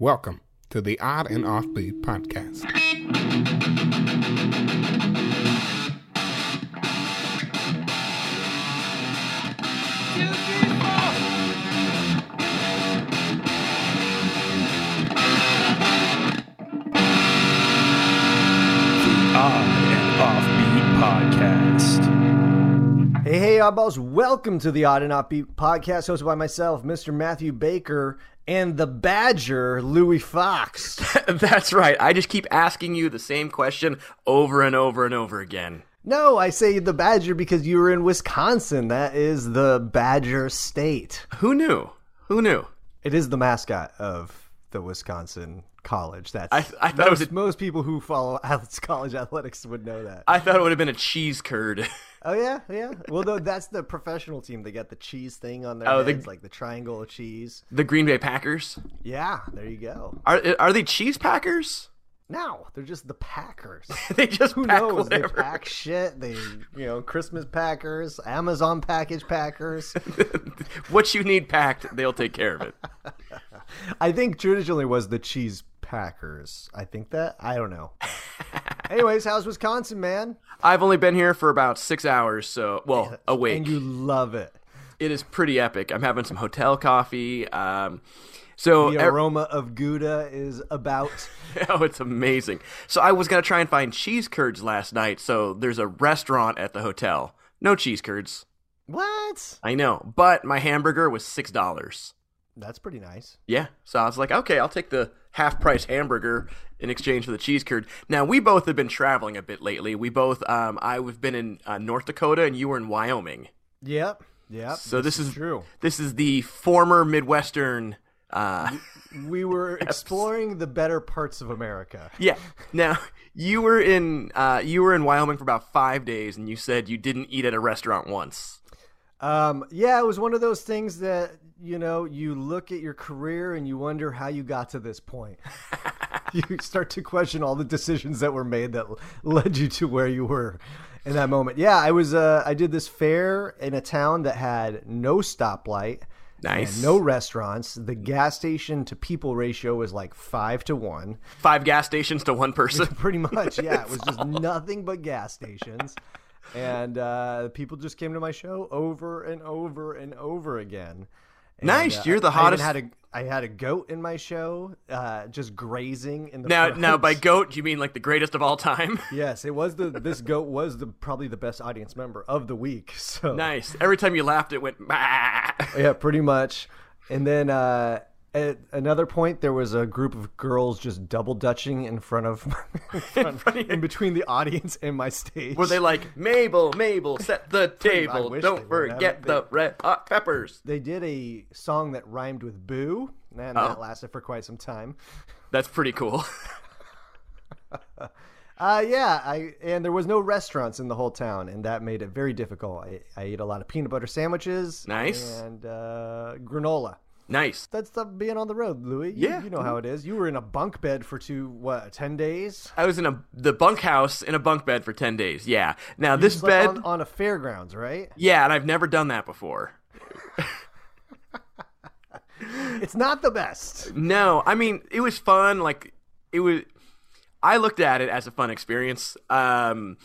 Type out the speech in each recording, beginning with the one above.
Welcome to the Odd and Offbeat podcast. Odd and Offbeat Podcast. Hey, hey, oddballs! Welcome to the Odd and Offbeat podcast, hosted by myself, Mr. Matthew Baker, and the Badger, Louis Fox. That's right. I just keep asking you the same question over and over and over again. no, I say the Badger because you were in Wisconsin. That is the Badger state. Who knew? Who knew? It is the mascot of the Wisconsin college. That's I, I thought it was. A, most people who follow ath- college athletics would know that. I thought it would have been a cheese curd. oh yeah, yeah. Well, no, that's the professional team. They got the cheese thing on their Oh, the- heads, like the triangle of cheese. the Green Bay Packers Yeah, there you go. are are they cheese packers? Now they're just the Packers. They just Who pack knows? whatever. They pack shit. They, you know, Christmas packers, Amazon package packers. what you need packed, they'll take care of it. I think traditionally was the cheese packers. I think that. I don't know. Anyways, how's Wisconsin, man? I've only been here for about six hours, so well, awake. And you love it. it is pretty epic. I'm having some hotel coffee. Um, so The er- aroma of Gouda is about. Oh, it's amazing. So I was gonna try and find cheese curds last night. So there's a restaurant at the hotel. No cheese curds. What? I know, but my hamburger was six dollars. That's pretty nice. Yeah. So I was like, okay, I'll take the half price hamburger in exchange for the cheese curd. Now we both have been traveling a bit lately. We both, um, I have been in uh, North Dakota and you were in Wyoming. Yep. Yep. So this is true. This is the former Midwestern. Uh, We were exploring the better parts of America. Yeah. Now you were in uh, you were in Wyoming for about five days, and you said you didn't eat at a restaurant once. Um, yeah, it was one of those things that you know you look at your career and you wonder how you got to this point. you start to question all the decisions that were made that led you to where you were in that moment. Yeah, I was. Uh, I did this fair in a town that had no stoplight. Nice. and no restaurants. The gas station to people ratio was like five to one. Five gas stations to one person. Pretty much, yeah. It was just nothing but gas stations. And uh, people just came to my show over and over and over again. And, Nice, uh, you're the I even hottest- had a, I had a goat in my show, uh, just grazing in the. now, front. now by goat, you mean like the greatest of all time? Yes, it was the. This goat was the probably the best audience member of the week. So nice. Every time you laughed, it went. "Bah." yeah, pretty much. And then uh, at another point, there was a group of girls just double dutching in front of, in, front, in between the audience and my stage. Were they like Mabel, Mabel, set the table. wish they Don't were. That forget would the red hot peppers. they did a song that rhymed with boo, and Oh. that lasted for quite some time. That's pretty cool. Uh, yeah, I and there was no restaurants in the whole town, and that made it very difficult. I, I ate a lot of peanut butter sandwiches, Nice. and uh, granola. nice. That's the being on the road, Louis. You- Yeah. you know how it is. You were in a bunk bed for two what ten days. I was in a the bunkhouse in a bunk bed for ten days. Yeah. Now this It's like bed. on, on a fairgrounds, right? yeah, and I've never done that before. It's not the best. No, I mean it was fun. Like it was, I looked at it as a fun experience. Um,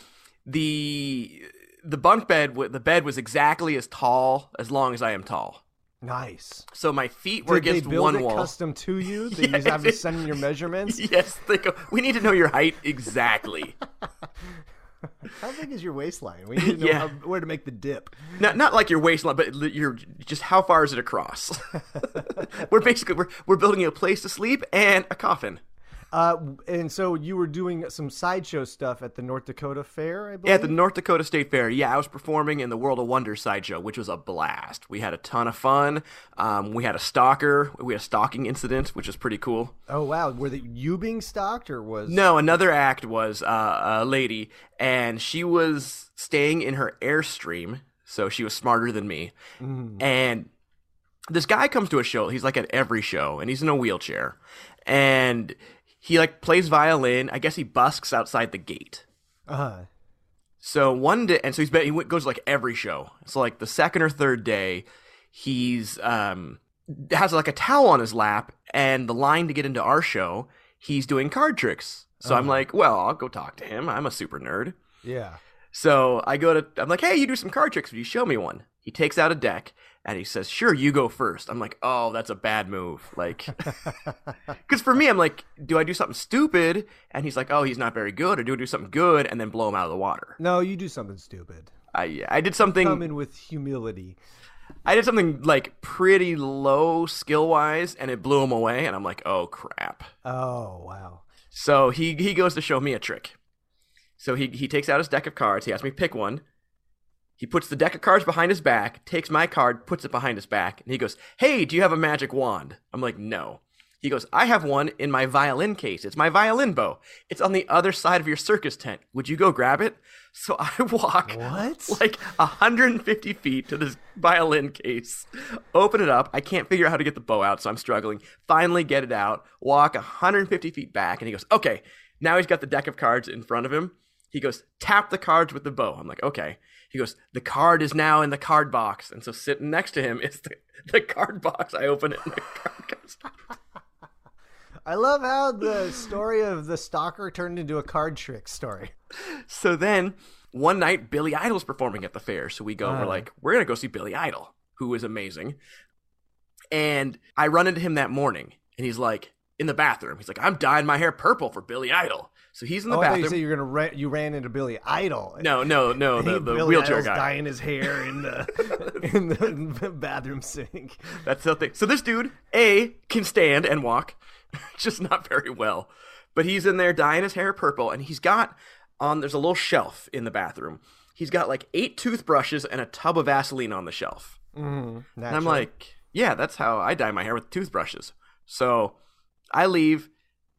the the bunk bed, wa- the bed was exactly as tall as long as I am tall. Nice. So my feet were Did against they build one it wall. custom to you? They Yes. just have to send in your measurements. yes, they go. We need to know your height exactly. How big is your waistline? We need to know Yeah. how, where to make the dip. not not like your waistline, but li- your just how far is it across? we're basically we're we're building a place to sleep and a coffin. Uh, and so you were doing some sideshow stuff at the North Dakota Fair, I believe. Yeah, at the North Dakota State Fair. Yeah, I was performing in the World of Wonder sideshow, which was a blast. We had a ton of fun. Um, we had a stalker. We had a stalking incident, which was pretty cool. oh wow, were the, you being stalked or was? No, another act was uh, a lady, and she was staying in her airstream, so she was smarter than me. And this guy comes to a show. He's like at every show, and he's in a wheelchair, and he like plays violin. I guess he busks outside the gate. Uh, So one day, and so he's been, he went, goes to like every show. So like the second or third day, he's um has like a towel on his lap, and the line to get into our show, he's doing card tricks. So I'm Uh-huh. like, well, I'll go talk to him. I'm a super nerd. Yeah. So I go to, I'm like, hey, you do some card tricks. Would you show me one? He takes out a deck and he says, sure, you go first. I'm like, oh, that's a bad move. Like, because for me, I'm like, do I do something stupid? And he's like, oh, he's not very good. Or do I do something good and then blow him out of the water? no, you do something stupid. I, I did Come something, in with humility. I did something like pretty low skill wise and it blew him away. And I'm like, oh, crap. Oh wow. So he he goes to show me a trick. So he he takes out his deck of cards. He asks me to pick one. He puts the deck of cards behind his back, takes my card, puts it behind his back, and he goes, "Hey, do you have a magic wand?" I'm like, "No." He goes, "I have one in my violin case. It's my violin bow. It's on the other side of your circus tent. Would you go grab it?" So I walk What? like 150 feet to this violin case. Open it up. I can't figure out how to get the bow out, so I'm struggling. Finally, get it out. Walk 150 feet back, and he goes, "Okay." Now he's got the deck of cards in front of him. He goes, "Tap the cards with the bow." I'm like, "Okay." He goes, "The card is now in the card box," and so sitting next to him is the, the card box. I open it, and the card comes out. I love how the story of the stalker turned into a card trick story. So then one night, Billy Idol's performing at the fair. So we go, we're Uh. like, we're going to go see Billy Idol, who is amazing. And I run into him that morning, and he's like, in the bathroom. He's like, I'm dyeing my hair purple for Billy Idol. So he's in the oh, I thought you said bathroom. you were gonna ra- you ran into Billy Idol. No, no, no, the, He- the Billy wheelchair Idol's guy. dyeing his hair in the in the bathroom sink. That's the thing. So this dude, A, can stand and walk, just not very well. But he's in there dyeing his hair purple, and he's got on there's a little shelf in the bathroom. He's got like eight toothbrushes and a tub of Vaseline on the shelf. Mm-hmm. And I'm like, yeah, that's how I dye my hair with toothbrushes. So I leave.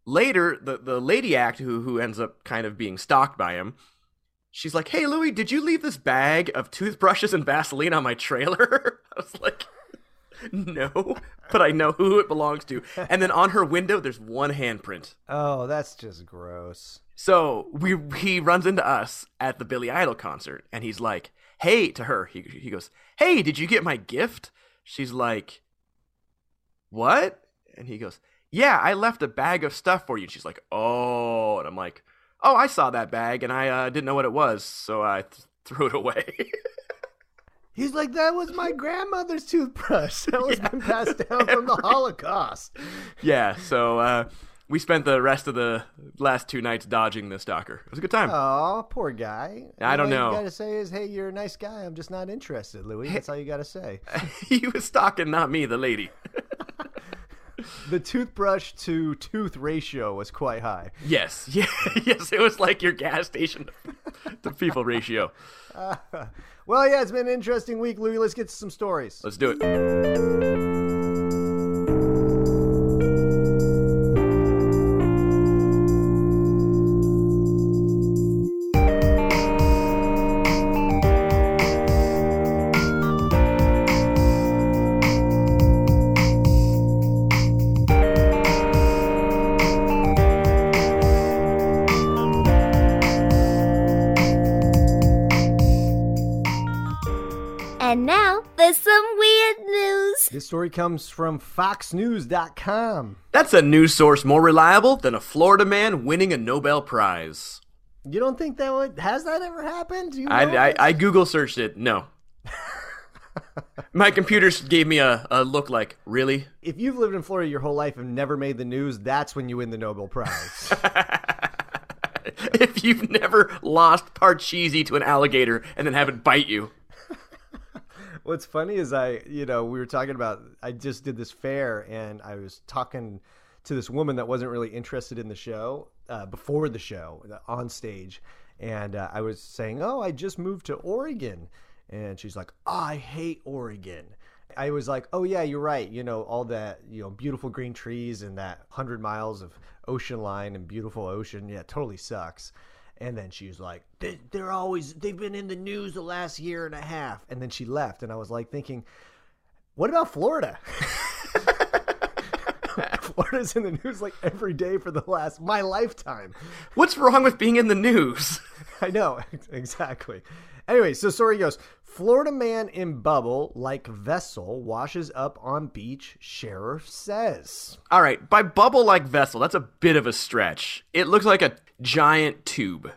Later, the, the lady act who who ends up kind of being stalked by him, she's like, Hey Louis, did you leave this bag of toothbrushes and Vaseline on my trailer? I was like, No, but I know who it belongs to. And then on her window there's one handprint. oh, that's just gross. So we he runs into us at the Billy Idol concert, and he's like, "Hey," to her. He he goes, "Hey, did you get my gift?" She's like, "What?" And he goes, "Yeah, I left a bag of stuff for you." And she's like, "Oh," and I'm like, "Oh, I saw that bag, and I uh, didn't know what it was, so I th- threw it away." He's like, that was my grandmother's toothbrush. That was been passed down from the Holocaust. yeah, so uh, we spent the rest of the last two nights dodging the stalker. It was a good time. Oh, poor guy. I don't All know. you gotta say is, hey, you're a nice guy. I'm just not interested, Louis. That's all you gotta say. he was stalking, not me, the lady. The toothbrush to tooth ratio was quite high. Yes, yeah, yes. It was like your gas station to, to people ratio. Well, yeah, it's been an interesting week, Louis. Let's get to some stories. Let's do it. And now for some weird news. This story comes from FoxNews.com. That's a news source more reliable than a Florida man winning a Nobel Prize. You don't think that would has that ever happened? Do you know? I, I, I Google searched it. No, my computer gave me a, a look like really. if you've lived in Florida your whole life and never made the news, that's when you win the Nobel Prize. if you've never lost Parcheesi to an alligator and then have it bite you, What's funny is I, you know, we were talking about I just did this fair and I was talking to this woman that wasn't really interested in the show uh, before the show uh, on stage, and uh, I was saying, "Oh, I just moved to Oregon," and she's like, "Oh, "I hate Oregon." I was like, "Oh yeah, you're right. You know, all that you know, beautiful green trees and that hundred miles of ocean line and beautiful ocean. Yeah, totally sucks." And then she was like, they, they're always, they've been in the news the last year and a half. And then she left. And I was like thinking, what about Florida? Florida's in the news like every day for the last, my lifetime. what's wrong with being in the news? I know, exactly. Anyway, so story goes Florida man in bubble like vessel washes up on beach, sheriff says. All right, by bubble like vessel, that's a bit of a stretch. It looks like a giant tube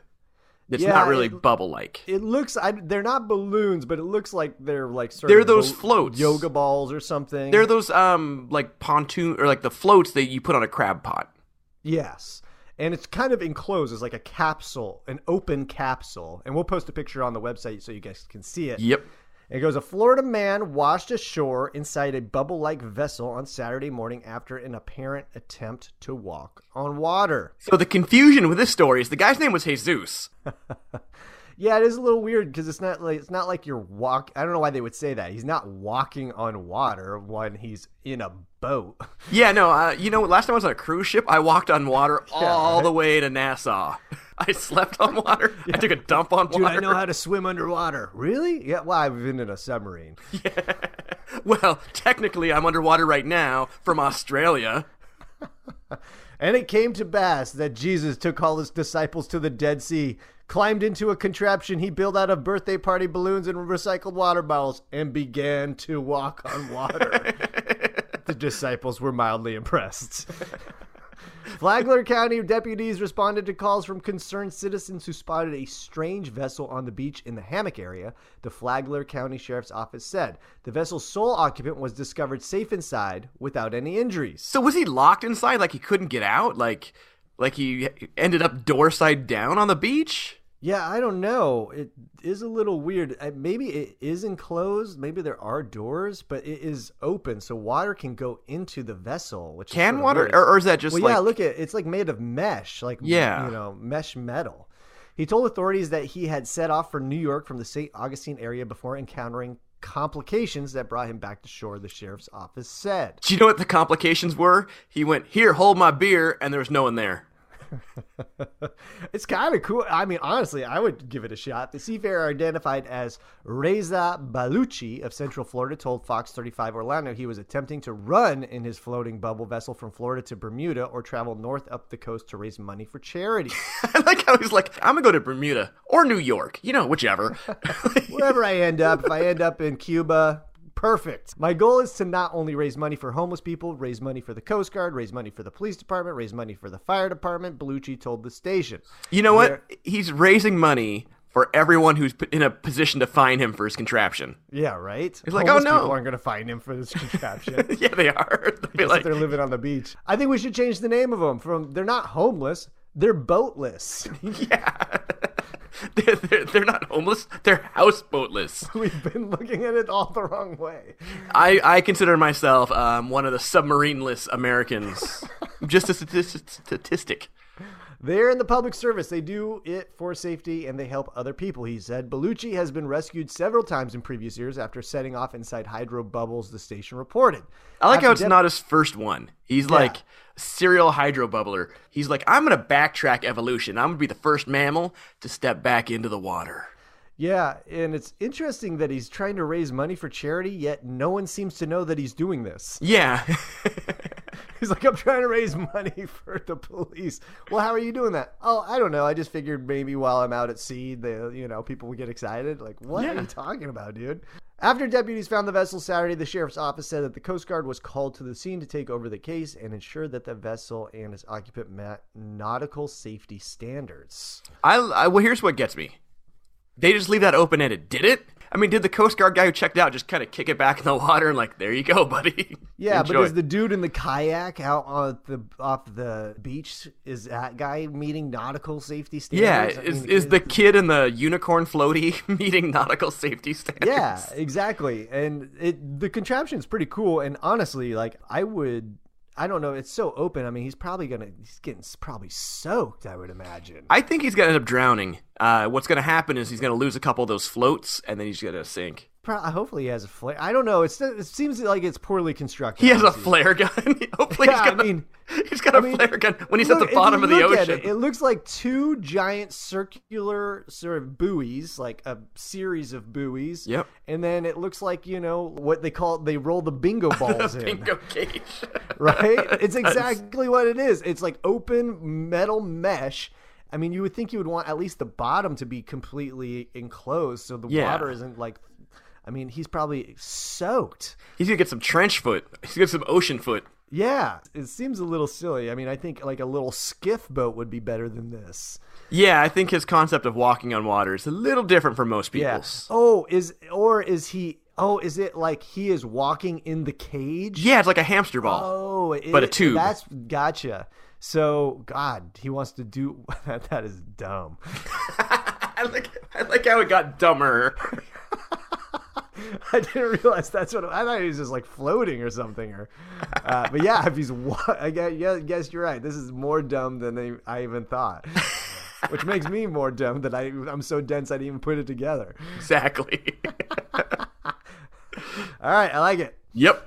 that's Yeah, not really it- bubble like. It looks I, they're not balloons, but it looks like they're like sort They're of those yo- floats. yoga balls or something. They're those um like pontoon or like the floats that you put on a crab pot. Yes. And it's kind of enclosed as like a capsule, an open capsule. And we'll post a picture on the website so you guys can see it. Yep. It goes A Florida man washed ashore inside a bubble like vessel on Saturday morning after an apparent attempt to walk on water. So the confusion with this story is the guy's name was Jesus. Yeah, it is a little weird because it's not like it's not like you're walk. I don't know why they would say that. He's not walking on water when he's in a boat. Yeah, no, uh, you know, last time I was on a cruise ship, I walked on water all the way to Nassau. I slept on water. I took a dump on Dude, water. I know how to swim underwater. Really? Yeah. Well, I've been in a submarine. well, technically, I'm underwater right now from Australia. And it came to pass that Jesus took all his disciples to the Dead Sea, climbed into a contraption he built out of birthday party balloons and recycled water bottles, and began to walk on water. the disciples were mildly impressed. Flagler County deputies responded to calls from concerned citizens who spotted a strange vessel on the beach in the hammock area, the Flagler County Sheriff's Office said. The vessel's sole occupant was discovered safe inside without any injuries. So was he locked inside? Like he couldn't get out? Like, like he ended up door side down on the beach? Yeah, I don't know. It is a little weird. Uh, Maybe it is enclosed. Maybe there are doors, but it is open, so water can go into the vessel. Which is Can sorta water, weird. or, or is that just well, like? yeah. Look at it's like made of mesh, like Yeah. you know, mesh metal. He told authorities that he had set off for New York from the St. Augustine area before encountering complications that brought him back to shore. The sheriff's office said. Do you know what the complications were? He went here, hold my beer, and there was no one there. it's kind of cool. I mean, honestly, I would give it a shot. The seafarer identified as Reza Baluchi of Central Florida told Fox 35 Orlando he was attempting to run in his floating bubble vessel from Florida to Bermuda or travel north up the coast to raise money for charity. I like how he's like, I'm gonna go to Bermuda or New York, you know, whichever. Wherever I end up, if I end up in Cuba, perfect. My goal is to not only raise money for homeless people, raise money for the Coast Guard, raise money for the police department, raise money for the fire department, Bellucci told the station. you know what? He's raising money for everyone who's p- in a position to find him for his contraption. Yeah, right? He's like, "Oh, no." People aren't going to find him for this contraption. yeah, they are. They'll be Like, like, they're living on the beach. I think we should change the name of them from they're not homeless, they're boatless. yeah. they're, they're, they're not homeless. They're houseboatless. We've been looking at it all the wrong way. I, I consider myself um, one of the submarineless Americans. Just a statis- statistic. They're in the public service. They do it for safety and they help other people, he said. Bellucci has been rescued several times in previous years after setting off inside hydro bubbles, the station reported. I like After how it's dep- not his first one. He's like serial hydro bubbler. He's like, I'm gonna backtrack evolution. I'm gonna be the first mammal to step back into the water. Yeah, and it's interesting that he's trying to raise money for charity, yet no one seems to know that he's doing this. Yeah. He's like, I'm trying to raise money for the police. Well, how are you doing that? Oh, I don't know. I just figured maybe while I'm out at sea, the you know people would get excited. Like, what are Yeah. you talking about, dude? After deputies found the vessel Saturday, the sheriff's office said that the Coast Guard was called to the scene to take over the case and ensure that the vessel and its occupant met nautical safety standards. I, I well, here's what gets me. They just leave that open ended. Did it? I mean, did the Coast Guard guy who checked out just kind of kick it back in the water and like, there you go, buddy. Yeah, Enjoy. but is the dude in the kayak out on the off the beach is that guy meeting nautical safety yeah, standards? I is, mean, is the kid in the unicorn floaty meeting nautical safety standards? yeah exactly and it the contraption's pretty cool and honestly like i would i don't know it's so open i mean he's probably gonna he's getting s- probably soaked i would imagine I think he's gonna end up drowning. Uh, what's gonna happen is he's gonna lose a couple of those floats, and then he's gonna sink. Pro- hopefully he has a flare i don't know it's, it seems like it's poorly constructed He has a honestly. flare gun. Hopefully, Yeah, I he's got, a- mean- he's got a I mean, flare gun when he's Look, at if the you bottom of the look at ocean. It, it looks like two giant circular sort of buoys, like a series of buoys. Yep. And then it looks like, you know, what they call they roll the bingo balls in. Bingo cage. right? It's exactly what it is. It's like open metal mesh. I mean, you would think you would want at least the bottom to be completely enclosed so the Yeah. water isn't like I mean, he's probably soaked. He's gonna get some trench foot. He's gonna get some ocean foot. Yeah, it seems a little silly. I mean, I think like a little skiff boat would be better than this. Yeah, I think his concept of walking on water is a little different from most Yeah. people's. Oh, is or is he? Oh, is it like he is walking in the cage? Yeah, it's like a hamster ball. Oh, it, But a tube. That's gotcha. So God, he wants to do that. That is dumb. I like I like how it got dumber. I didn't realize that's what I thought he was just like floating or something. Or, uh, but yeah, if he's wa- I guess, yeah, guess you're right. This is more dumb than I- I even thought, which makes me more dumb that I I'm so dense I didn't even put it together. exactly. All right, I like it. yep.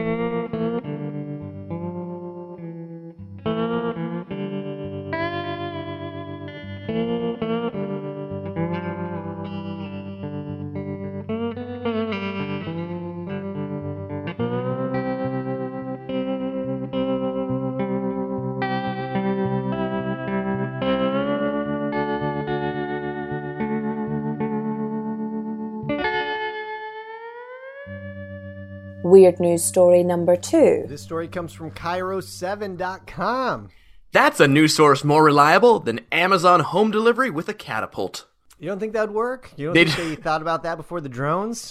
Weird news story number two. This story comes from Cairo7.com. That's a news source more reliable than Amazon home delivery with a catapult. You don't think that would work? You don't They think d- they thought about that before the drones?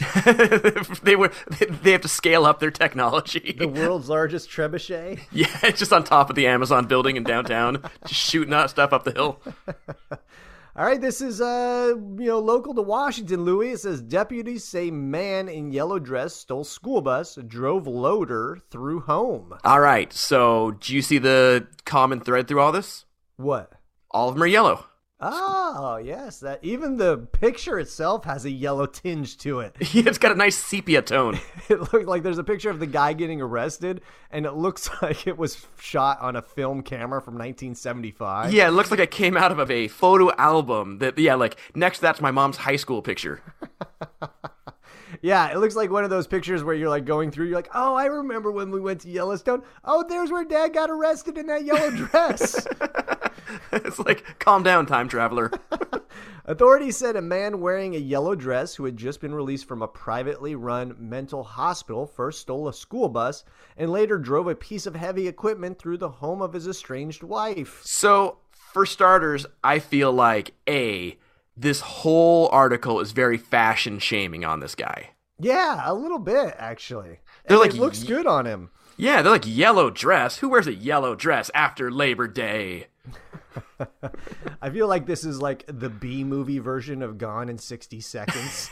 they were they have to scale up their technology. the world's largest trebuchet? yeah, it's just on top of the Amazon building in downtown, just shooting out stuff up the hill. All right, this is uh you know local to Washington, Louis. It says deputies say man in yellow dress stole school bus, drove loader through home. All right, so do you see the common thread through all this? What? All of them are yellow. Oh yes, that even the picture itself has a yellow tinge to it. it's got a nice sepia tone. It looked like there's a picture of the guy getting arrested, and it looks like it was shot on a film camera from 1975. Yeah, it looks like it came out of a photo album. That yeah, like next to that's my mom's high school picture. Yeah, it looks like one of those pictures where you're like going through, you're like, oh, I remember when we went to Yellowstone. Oh, there's where dad got arrested in that yellow dress. it's like calm down, time traveler. Authorities said a man wearing a yellow dress who had just been released from a privately run mental hospital first stole a school bus and later drove a piece of heavy equipment through the home of his estranged wife. So, for starters, I feel like A, this whole article is very fashion shaming on this guy. Yeah, a little bit actually. They're And like- it looks good on him. Yeah, they're like yellow dress. Who wears a yellow dress after Labor Day? I feel like this is like the B movie version of Gone in 60 Seconds.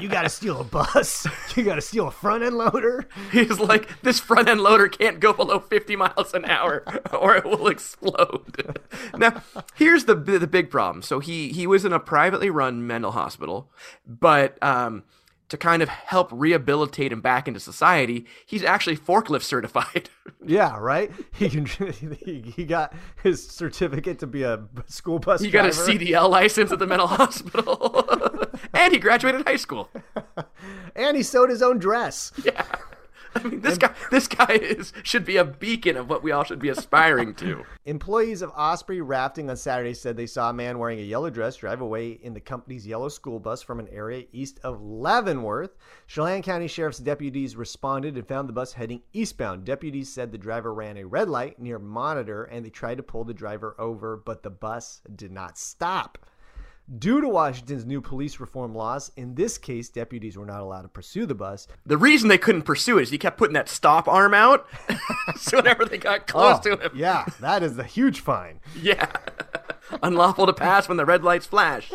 you got to steal a bus. You got to steal a front end loader. He's like, this front end loader can't go below 50 miles an hour or it will explode. now, here's the the big problem. So he he was in a privately run mental hospital, but um to kind of help rehabilitate him back into society, he's actually forklift certified. Yeah, right? He can he, he got his certificate to be a school bus He got a driver. CDL license at the mental hospital, and he graduated high school. and he sewed his own dress. Yeah, I mean this guy. This guy is should be a beacon of what we all should be aspiring to. Employees of Osprey Rafting on Saturday said they saw a man wearing a yellow dress drive away in the company's yellow school bus from an area east of Leavenworth. Chelan County Sheriff's deputies responded and found the bus heading eastbound. Deputies said the driver ran a red light near Monitor and they tried to pull the driver over, but the bus did not stop. Due to Washington's new police reform laws, in this case, deputies were not allowed to pursue the bus. The reason they couldn't pursue it is he kept putting that stop arm out. so whenever they got close to him, Oh, yeah, that is a huge fine. yeah, unlawful to pass when the red lights flash.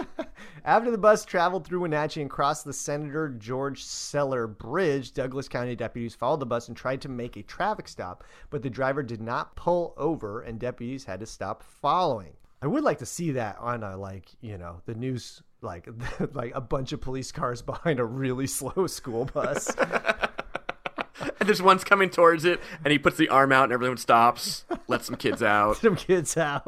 After the bus traveled through Wenatchee and crossed the Senator George Seller Bridge, Douglas County deputies followed the bus and tried to make a traffic stop, but the driver did not pull over and deputies had to stop following. I would like to see that on a like, you know, the news like like a bunch of police cars behind a really slow school bus. And there's one's coming towards it, and he puts the arm out, and everyone stops, lets some kids out. some kids out,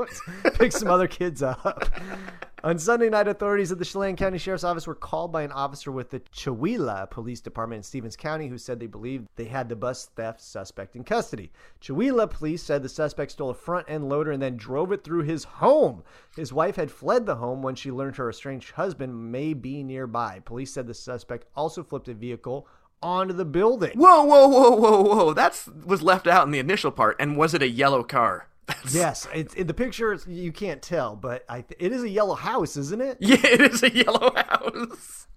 pick some other kids up. On Sunday night, authorities at the Chelan County Sheriff's Office were called by an officer with the Chihuahua Police Department in Stevens County who said they believed they had the bus theft suspect in custody. Chihuahua police said the suspect stole a front end loader and then drove it through his home. His wife had fled the home when she learned her estranged husband may be nearby. Police said the suspect also flipped a vehicle onto the building. Whoa, whoa, whoa, whoa, whoa. That's was left out in the initial part. And was it a yellow car? Yes, it's in the picture. it's- You can't tell, but I th- it is a yellow house, isn't it? Yeah, it is a yellow house.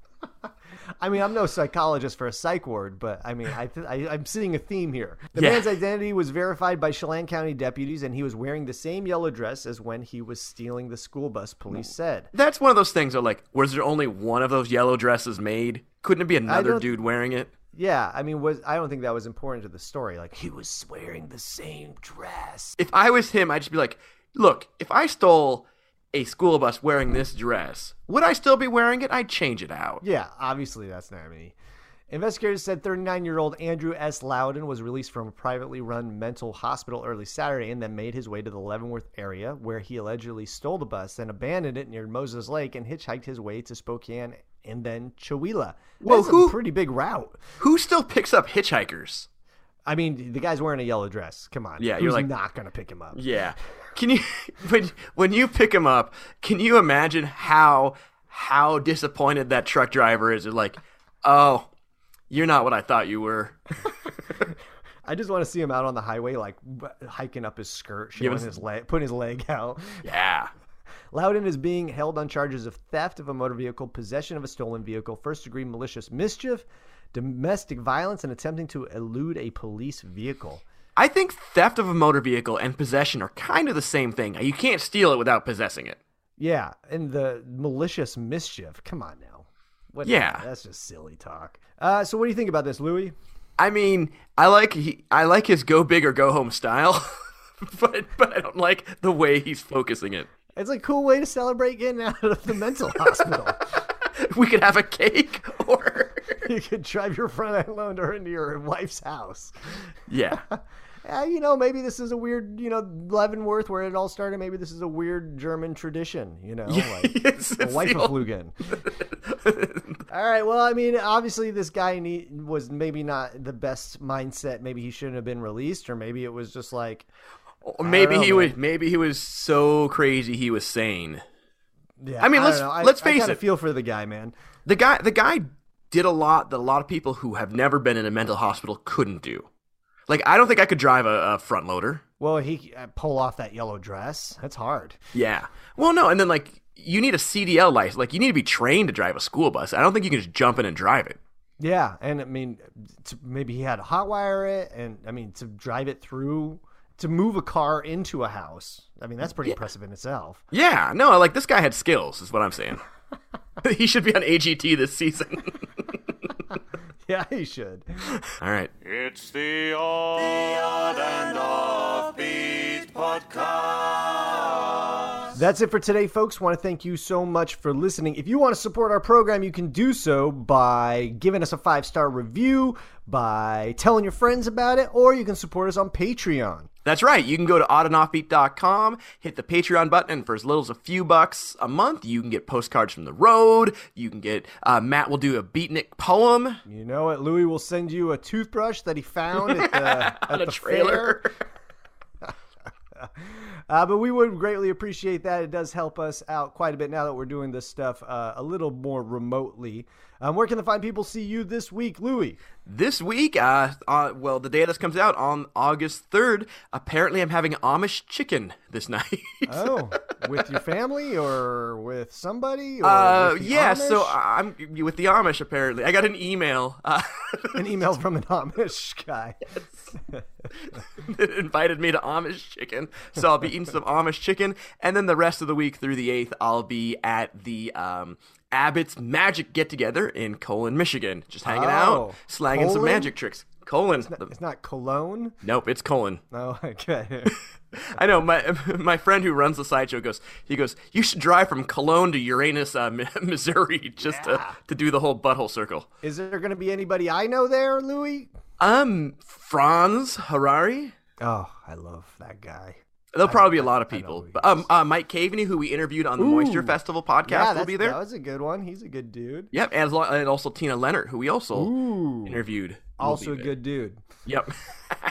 I mean, I'm no psychologist for a psych ward, but I mean, I th- I, I'm seeing a theme here. The Yeah. man's identity was verified by Chelan County deputies, and he was wearing the same yellow dress as when he was stealing the school bus. Police said. That's one of those things though, like, was there only one of those yellow dresses made? Couldn't it be another don't- dude wearing it? Yeah, I mean, was I don't think that was important to the story. Like he was wearing the same dress. If I was him, I'd just be like, look, if I stole a school bus wearing this dress, would I still be wearing it? I'd change it out. Yeah, obviously that's not me. Investigators said 39 year old Andrew S. Loudon was released from a privately run mental hospital early Saturday and then made his way to the Leavenworth area where he allegedly stole the bus, then abandoned it near Moses Lake and hitchhiked his way to Spokane and then Chihuahua. Well, That's who- a pretty big route. Who still picks up hitchhikers? I mean, the guy's wearing a yellow dress. Come on. Yeah, Who's you're like- not going to pick him up. Yeah. Can you when when you pick him up, can you imagine how how disappointed that truck driver is? They're like, "Oh, you're not what I thought you were." I just want to see him out on the highway, like b- hiking up his skirt, showing us- his leg, putting his leg out. Yeah. Loudon is being held on charges of theft of a motor vehicle, possession of a stolen vehicle, first degree malicious mischief, domestic violence, and attempting to elude a police vehicle. I think theft of a motor vehicle and possession are kind of the same thing. You can't steal it without possessing it. Yeah, and the malicious mischief. Come on now. What Yeah. That's just silly talk. Uh, so, what do you think about this, Louis? I mean, I like he, I like his go big or go home style, but but I don't like the way he's focusing it. It's a cool way to celebrate getting out of the mental hospital. We could have a cake or You could drive your front end loader into your wife's house. yeah. Uh, you know, maybe this is a weird, you know, Leavenworth where it all started. Maybe this is a weird German tradition, you know, like It's- the it's wife the of old- Lugan. All right. Well, I mean, obviously, this guy need, was maybe not the best mindset. Maybe he shouldn't have been released, or maybe it was just like, Or maybe know, he man. was maybe he was so crazy he was sane. yeah. I mean, don't let's- know. I, let's I face kinda it. Feel for the guy, man. The guy the guy did a lot that a lot of people who have never been in a mental hospital couldn't do. Like I don't think I could drive a, a front loader. Well, he uh, pull off that yellow dress. That's hard. Yeah. Well, no, and then like you need a CDL license. Like you need to be trained to drive a school bus. I don't think you can just jump in and drive it. Yeah, and I mean, to, maybe he had to hotwire it, and I mean, to drive it through, to move a car into a house. I mean, that's pretty impressive in itself. Yeah. No, like this guy had skills. Is what I'm saying. he should be on AGT this season. Yeah, he should. All right. It's the odd, and offbeat podcast. That's it for today, folks. Want to thank you so much for listening. If you want to support our program, you can do so by giving us a five star review, by telling your friends about it, or you can support us on Patreon. That's right. You can go to oddandoffbeat.com, hit the Patreon button, and for as little as a few bucks a month, you can get postcards from the road. You can get uh, Matt will do a beatnik poem You know what? Louis will send you a toothbrush that he found at the, on at a the trailer. fair. Uh, but we would greatly appreciate that. It does help us out quite a bit now that we're doing this stuff uh, a little more remotely. Um, where can the fine people see you this week, Louis? This week, uh, uh, well, the day this comes out on August 3rd, apparently I'm having Amish chicken this night. Oh, with your family or with somebody? Or Uh, with the yeah, so Amish? I'm with the Amish apparently. I got an email uh, an email from an Amish guy. that invited me to Amish chicken, so I'll be eating some Amish chicken, and then the rest of the week through the eighth, I'll be at the um, Abbott's Magic Get Together in Colon, Michigan, just hanging Oh, out, slanging some Colon? magic tricks. Colon, the- It's not Cologne. nope, it's Colon. Oh, okay. I know my my friend who runs the sideshow goes. He goes, you should drive from Cologne to Uranus, uh, Mi- Missouri, just to, to do the whole butthole circle. Is there going to be anybody I know there, Louis? Um, Franz Harari. Oh, I love that guy. There'll probably be a lot of people. But um, uh, Mike Caveney, who we interviewed on the Moisture Ooh. Festival podcast, yeah, will that's- be there. That was a good one. He's a good dude. Yep, and, as lo- and also Tina Leonard, who we also Ooh. interviewed. will Also a be there. good dude. Yep.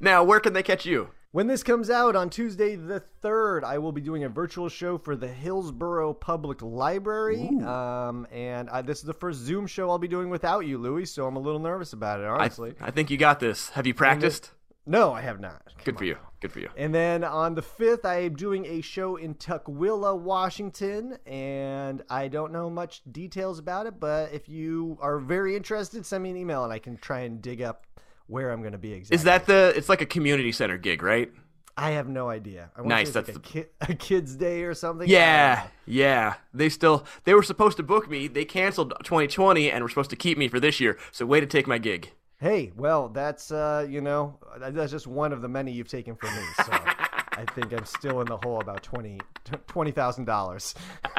now, where can they catch you? When this comes out on Tuesday the 3rd, I will be doing a virtual show for the Hillsborough Public Library. Um, and I, this is the first Zoom show I'll be doing without you, Louis, so I'm a little nervous about it, I, honestly. I think you got this. Have you practiced? no, I have not. Good for you. Good for you. And then on the 5th, I am doing a show in Tukwila, Washington. And I don't know much details about it, but if you are very interested, send me an email and I can try and dig up where I'm going to be exactly. Is that the? It's like a community center gig, right? I have no idea. I wanna Nice, say it's like that's a, ki- a kid's day or something. Yeah, yeah. They still they were supposed to book me. They canceled 2020 and were supposed to keep me for this year. So way to take my gig. Hey, well, that's uh, you know, that- that's just one of the many you've taken from me. So I think I'm still in the hole about twenty twenty thousand dollars.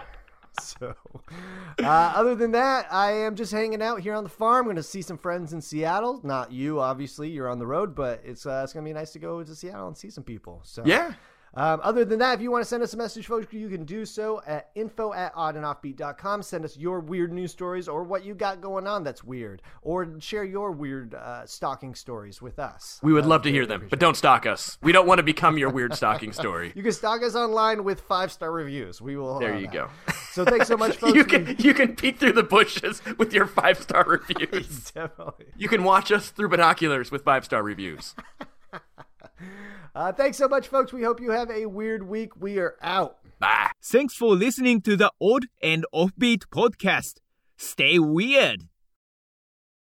So, uh, other than that, I am just hanging out here on the farm. going to see some friends in Seattle. Not you, obviously. You're on the road, but it's uh, it's going to be nice to go to Seattle and see some people. So Yeah. um, other than that, if you want to send us a message, folks, you can do so at info at oddandoffbeat.com. Send us your weird news stories or what you got going on that's weird, or share your weird uh, stalking stories with us. We would love to hear them, but don't stalk us. We don't want to become your weird stalking story. You can stalk us online with five star reviews. We will. There allow you that. go. So thanks so much, folks. You We can you can peek through the bushes with your five star reviews. definitely. You can watch us through binoculars with five star reviews. Uh, thanks so much, folks. We hope you have a weird week. We are out. Bye. Thanks for listening to the Odd and Offbeat podcast. Stay weird.